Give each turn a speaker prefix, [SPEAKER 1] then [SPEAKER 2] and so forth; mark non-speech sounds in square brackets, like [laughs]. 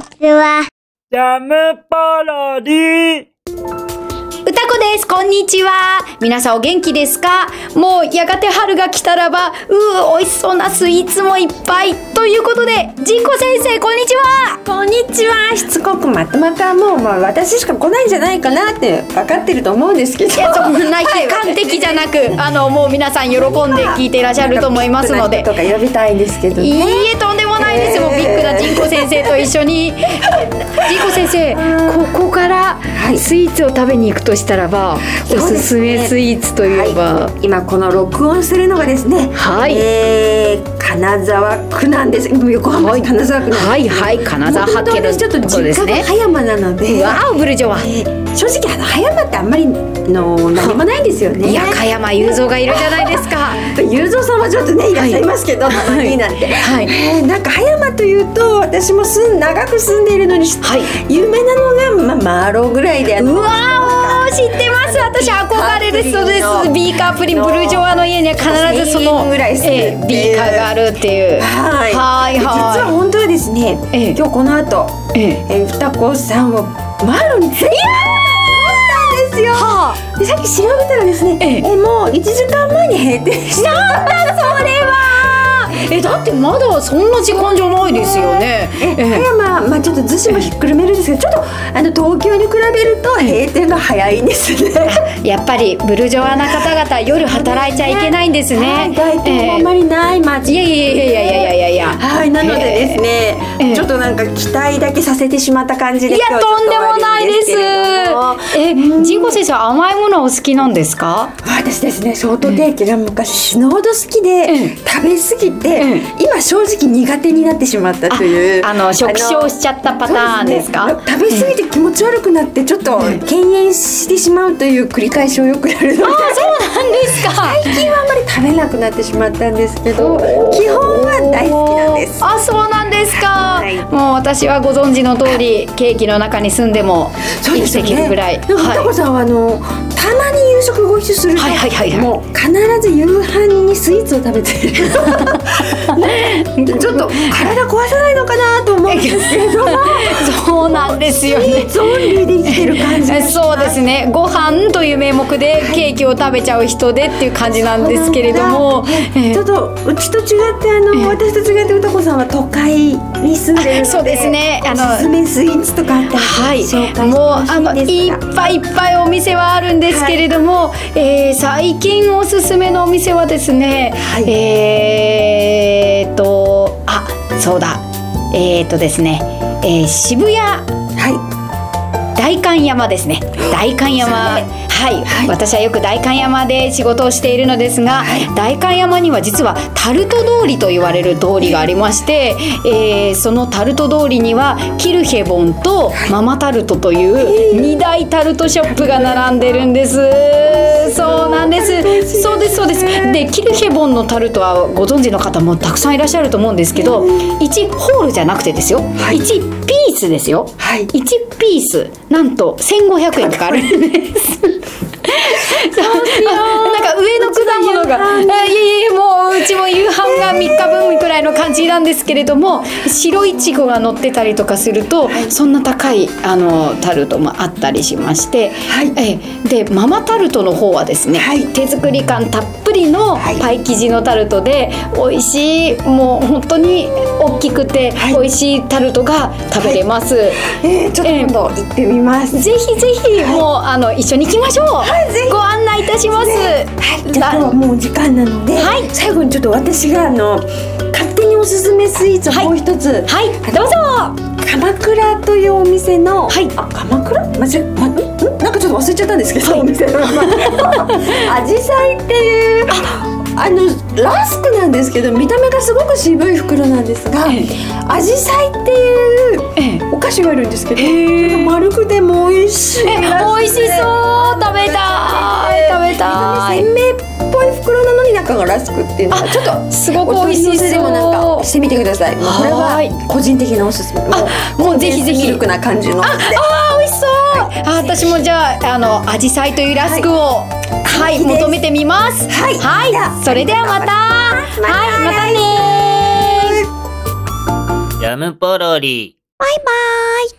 [SPEAKER 1] ちは。
[SPEAKER 2] ジャムパロディ
[SPEAKER 3] 歌子です。こんにちは。皆さんお元気ですかもうやがて春が来たらば、うー、美味しそうなスイーツもいっぱい。ということで、ジンコ先生、こんにちは。
[SPEAKER 4] こんにちはしつこくまたまたもう、まあ、私しか来ないんじゃないかなって分かってると思うんですけど
[SPEAKER 3] いや、そんな悲観的じゃな
[SPEAKER 4] [laughs]
[SPEAKER 3] く、あの、もう皆さん喜んで聞いていらっしゃると思いますので
[SPEAKER 4] と。か呼び [laughs] たいんですけど
[SPEAKER 3] いい
[SPEAKER 4] ね
[SPEAKER 3] え、とんでもないです。もうビッグなジンコ先生と一緒に。ジンコ先生、ここから
[SPEAKER 4] い
[SPEAKER 3] スイーツを食べに行くとしたらば、お
[SPEAKER 4] そうですね
[SPEAKER 3] すすめスイーツといえば。
[SPEAKER 4] 今この録音するのがですね
[SPEAKER 3] はい
[SPEAKER 4] えー、金沢区なんですもう横浜市金沢区なんです
[SPEAKER 3] はいはい、金沢
[SPEAKER 4] 元
[SPEAKER 3] 八景
[SPEAKER 4] 々
[SPEAKER 3] の
[SPEAKER 4] 私ちょっと
[SPEAKER 3] ところで
[SPEAKER 4] 実
[SPEAKER 3] す
[SPEAKER 4] 家
[SPEAKER 3] ね
[SPEAKER 4] が。葉山なので、
[SPEAKER 3] わあ、ブルジョワ。
[SPEAKER 4] えー正直あの葉山ってあんまりの何もないんですよね
[SPEAKER 3] いや、加山雄三がいるじゃない
[SPEAKER 4] [laughs]
[SPEAKER 3] ですか。
[SPEAKER 4] 雄三さんはちょっとねいらっしゃいますけど、い、いなんて、
[SPEAKER 3] はい。
[SPEAKER 4] えーなんか葉山というと私も住ん長く住んでいるのに、
[SPEAKER 3] はい
[SPEAKER 4] 有名なのが、まあ、マーローぐらいであ
[SPEAKER 3] う
[SPEAKER 4] の
[SPEAKER 3] わー、知ってます。私憧れるそうです。ビーカープリン、ブルジョワの家には必ずそ
[SPEAKER 4] 1000
[SPEAKER 3] の。
[SPEAKER 4] 円ぐらいするってい
[SPEAKER 3] え
[SPEAKER 4] う
[SPEAKER 3] えビーカーがあるっていう。
[SPEAKER 4] はい
[SPEAKER 3] はい
[SPEAKER 4] で実
[SPEAKER 3] はい
[SPEAKER 4] は本当はですね、
[SPEAKER 3] ええ
[SPEAKER 4] 今日この後、
[SPEAKER 3] ええ
[SPEAKER 4] えー、二子さんをマーローに連れて行こうと思ったんですよ、でさっき調べたらですね、
[SPEAKER 3] ええ
[SPEAKER 4] えーもう1時間前に閉店した
[SPEAKER 3] なんだそれはえだってまだそんな時間じゃないですよね
[SPEAKER 4] え
[SPEAKER 3] え
[SPEAKER 4] 葉山、まあ、ちょっと逗子もひっくるめるんですけどちょっとあの東京に比べると閉店が早いんですね。
[SPEAKER 3] やっぱりブルジョワな方々夜働いちゃいけないんです
[SPEAKER 4] はい
[SPEAKER 3] ね
[SPEAKER 4] 外店もあんまりない街、
[SPEAKER 3] ええいやいやいやいやいやいやいや
[SPEAKER 4] はいなのでですね、
[SPEAKER 3] ええ
[SPEAKER 4] ちょっとなんか期待だけさせてしまった感じで
[SPEAKER 3] いや
[SPEAKER 4] 今日ちょっ
[SPEAKER 3] とんで
[SPEAKER 4] 終わ
[SPEAKER 3] も
[SPEAKER 4] り
[SPEAKER 3] ないです
[SPEAKER 4] けれども
[SPEAKER 3] えジンコ先生は甘いものお好きなんですか
[SPEAKER 4] 私ですねショートケーキが昔死ぬほど好きで、
[SPEAKER 3] え
[SPEAKER 4] 食べ過ぎて、
[SPEAKER 3] え
[SPEAKER 4] 今正直苦手になってしまったという
[SPEAKER 3] あの食傷しちゃったパターンですか
[SPEAKER 4] そうですね食べ過ぎて気持ち悪くなってちょっと敬遠してしまうという繰り返しをよくやるので
[SPEAKER 3] あそうなんですか
[SPEAKER 4] [laughs] 最近はあんまり食べなくなってしまったんですけど基本は大好きなんです
[SPEAKER 3] あそうなんですか、
[SPEAKER 4] い
[SPEAKER 3] もう私はご存知の通りケーキの中に住んでも
[SPEAKER 4] そう
[SPEAKER 3] 生
[SPEAKER 4] で
[SPEAKER 3] き
[SPEAKER 4] す
[SPEAKER 3] て
[SPEAKER 4] よ
[SPEAKER 3] い
[SPEAKER 4] ね
[SPEAKER 3] けるぐらい、
[SPEAKER 4] でもタコさんはあのたまに夕食ご一緒すると、
[SPEAKER 3] はいはいはいはい
[SPEAKER 4] もう必ず夕飯にスイーツを食
[SPEAKER 3] [laughs]
[SPEAKER 4] べているねちょっと体壊さないのかなと思うんですけど
[SPEAKER 3] そうなん [laughs] ですよ
[SPEAKER 4] スイ
[SPEAKER 3] ね
[SPEAKER 4] ーツオンリーで生きてる感じがします
[SPEAKER 3] そうですねご飯という名目でケーキを食べちゃう人でっていう感じなんですけれども、え
[SPEAKER 4] ちょっとうちと違ってあの、私と違って歌子さんは都会に住んでるので
[SPEAKER 3] そうですねあ
[SPEAKER 4] お
[SPEAKER 3] の
[SPEAKER 4] すすめスイーツとかあったら、
[SPEAKER 3] はい
[SPEAKER 4] 紹介して、
[SPEAKER 3] もう
[SPEAKER 4] ほし
[SPEAKER 3] あの
[SPEAKER 4] いんです
[SPEAKER 3] い
[SPEAKER 4] が
[SPEAKER 3] っぱいいっぱいお店はあるんですけれども、えー最近おすすめのお店はですね、
[SPEAKER 4] はい
[SPEAKER 3] えーっとあそうだえーっとですね、えー渋谷
[SPEAKER 4] は
[SPEAKER 3] 大観山ですね大観山はい、
[SPEAKER 4] はい
[SPEAKER 3] 私はよく大観山で仕事をしているのですが、代官大観山には実はタルト通りと言われる通りがありまして、えーそのタルト通りにはキルヘボンとママタルトという2大タルトショップが並んでるんです、そうなんですそうですそうですでキルヘボンのタルトはご存知の方もたくさんいらっしゃると思うんですけど1ホールじゃなくてですよ、
[SPEAKER 4] い
[SPEAKER 3] 1ピースですよ
[SPEAKER 4] はい
[SPEAKER 3] 1ピースなんと1500円かかるん
[SPEAKER 4] [laughs]
[SPEAKER 3] です。なんか上の果物がいやいやいやもううちも夕飯が3日分くらいの感じなんですけれども白いちごが乗ってたりとかするとそんな高いあのタルトもあったりしまして、
[SPEAKER 4] はい
[SPEAKER 3] ええでママタルトの方はですね、
[SPEAKER 4] はい
[SPEAKER 3] 手作り感たっぷりの
[SPEAKER 4] はい
[SPEAKER 3] パイ生地のタルトで美味しいもう本当に大きくて
[SPEAKER 4] はい
[SPEAKER 3] 美味しいタルトが食べれます。
[SPEAKER 4] いえー、ちょっと今度行ってみます、
[SPEAKER 3] ぜひぜひ、もうあの一緒に行きましょう、
[SPEAKER 4] ぜひ
[SPEAKER 3] ご案内いたします、
[SPEAKER 4] はい、じゃあ今日はもう時間なので、
[SPEAKER 3] はい
[SPEAKER 4] 最後にちょっと私があの勝手におすすめスイーツをもう一つ、
[SPEAKER 3] はいどうぞ
[SPEAKER 4] 鎌倉というお店の、
[SPEAKER 3] はい
[SPEAKER 4] あ鎌倉間違え、ま、んんなんかちょっと忘れちゃったんですけど、
[SPEAKER 3] はい
[SPEAKER 4] お店の名前
[SPEAKER 3] [laughs]
[SPEAKER 4] アジサイっていうあのラスクなんですけど見た目がすごく渋い袋なんですが
[SPEAKER 3] ええ
[SPEAKER 4] アジサイっていう
[SPEAKER 3] え
[SPEAKER 4] お菓子があるんですけど、
[SPEAKER 3] え
[SPEAKER 4] ちょっと丸くても美味しい
[SPEAKER 3] え美味しそう食べたい食べたい
[SPEAKER 4] 鮮明っぽい袋なのに中がラスクっていうのがちょっと
[SPEAKER 3] すごく
[SPEAKER 4] お
[SPEAKER 3] 美
[SPEAKER 4] 取
[SPEAKER 3] 味
[SPEAKER 4] り寄
[SPEAKER 3] し
[SPEAKER 4] せでもなん
[SPEAKER 3] そ
[SPEAKER 4] か
[SPEAKER 3] う
[SPEAKER 4] してみてください。これ
[SPEAKER 3] はー
[SPEAKER 4] は個人的なおすすめ。
[SPEAKER 3] あもうぜひぜひ
[SPEAKER 4] ミルクな感じの。あ、
[SPEAKER 3] あー美味しそう、あ私もじゃああのアジサイというラスクをはい、
[SPEAKER 4] いいです
[SPEAKER 3] 求めてみます
[SPEAKER 4] はいじゃあ
[SPEAKER 3] それではまた
[SPEAKER 4] また
[SPEAKER 3] はいまたねー
[SPEAKER 2] ジャムパロリ
[SPEAKER 1] バイバイ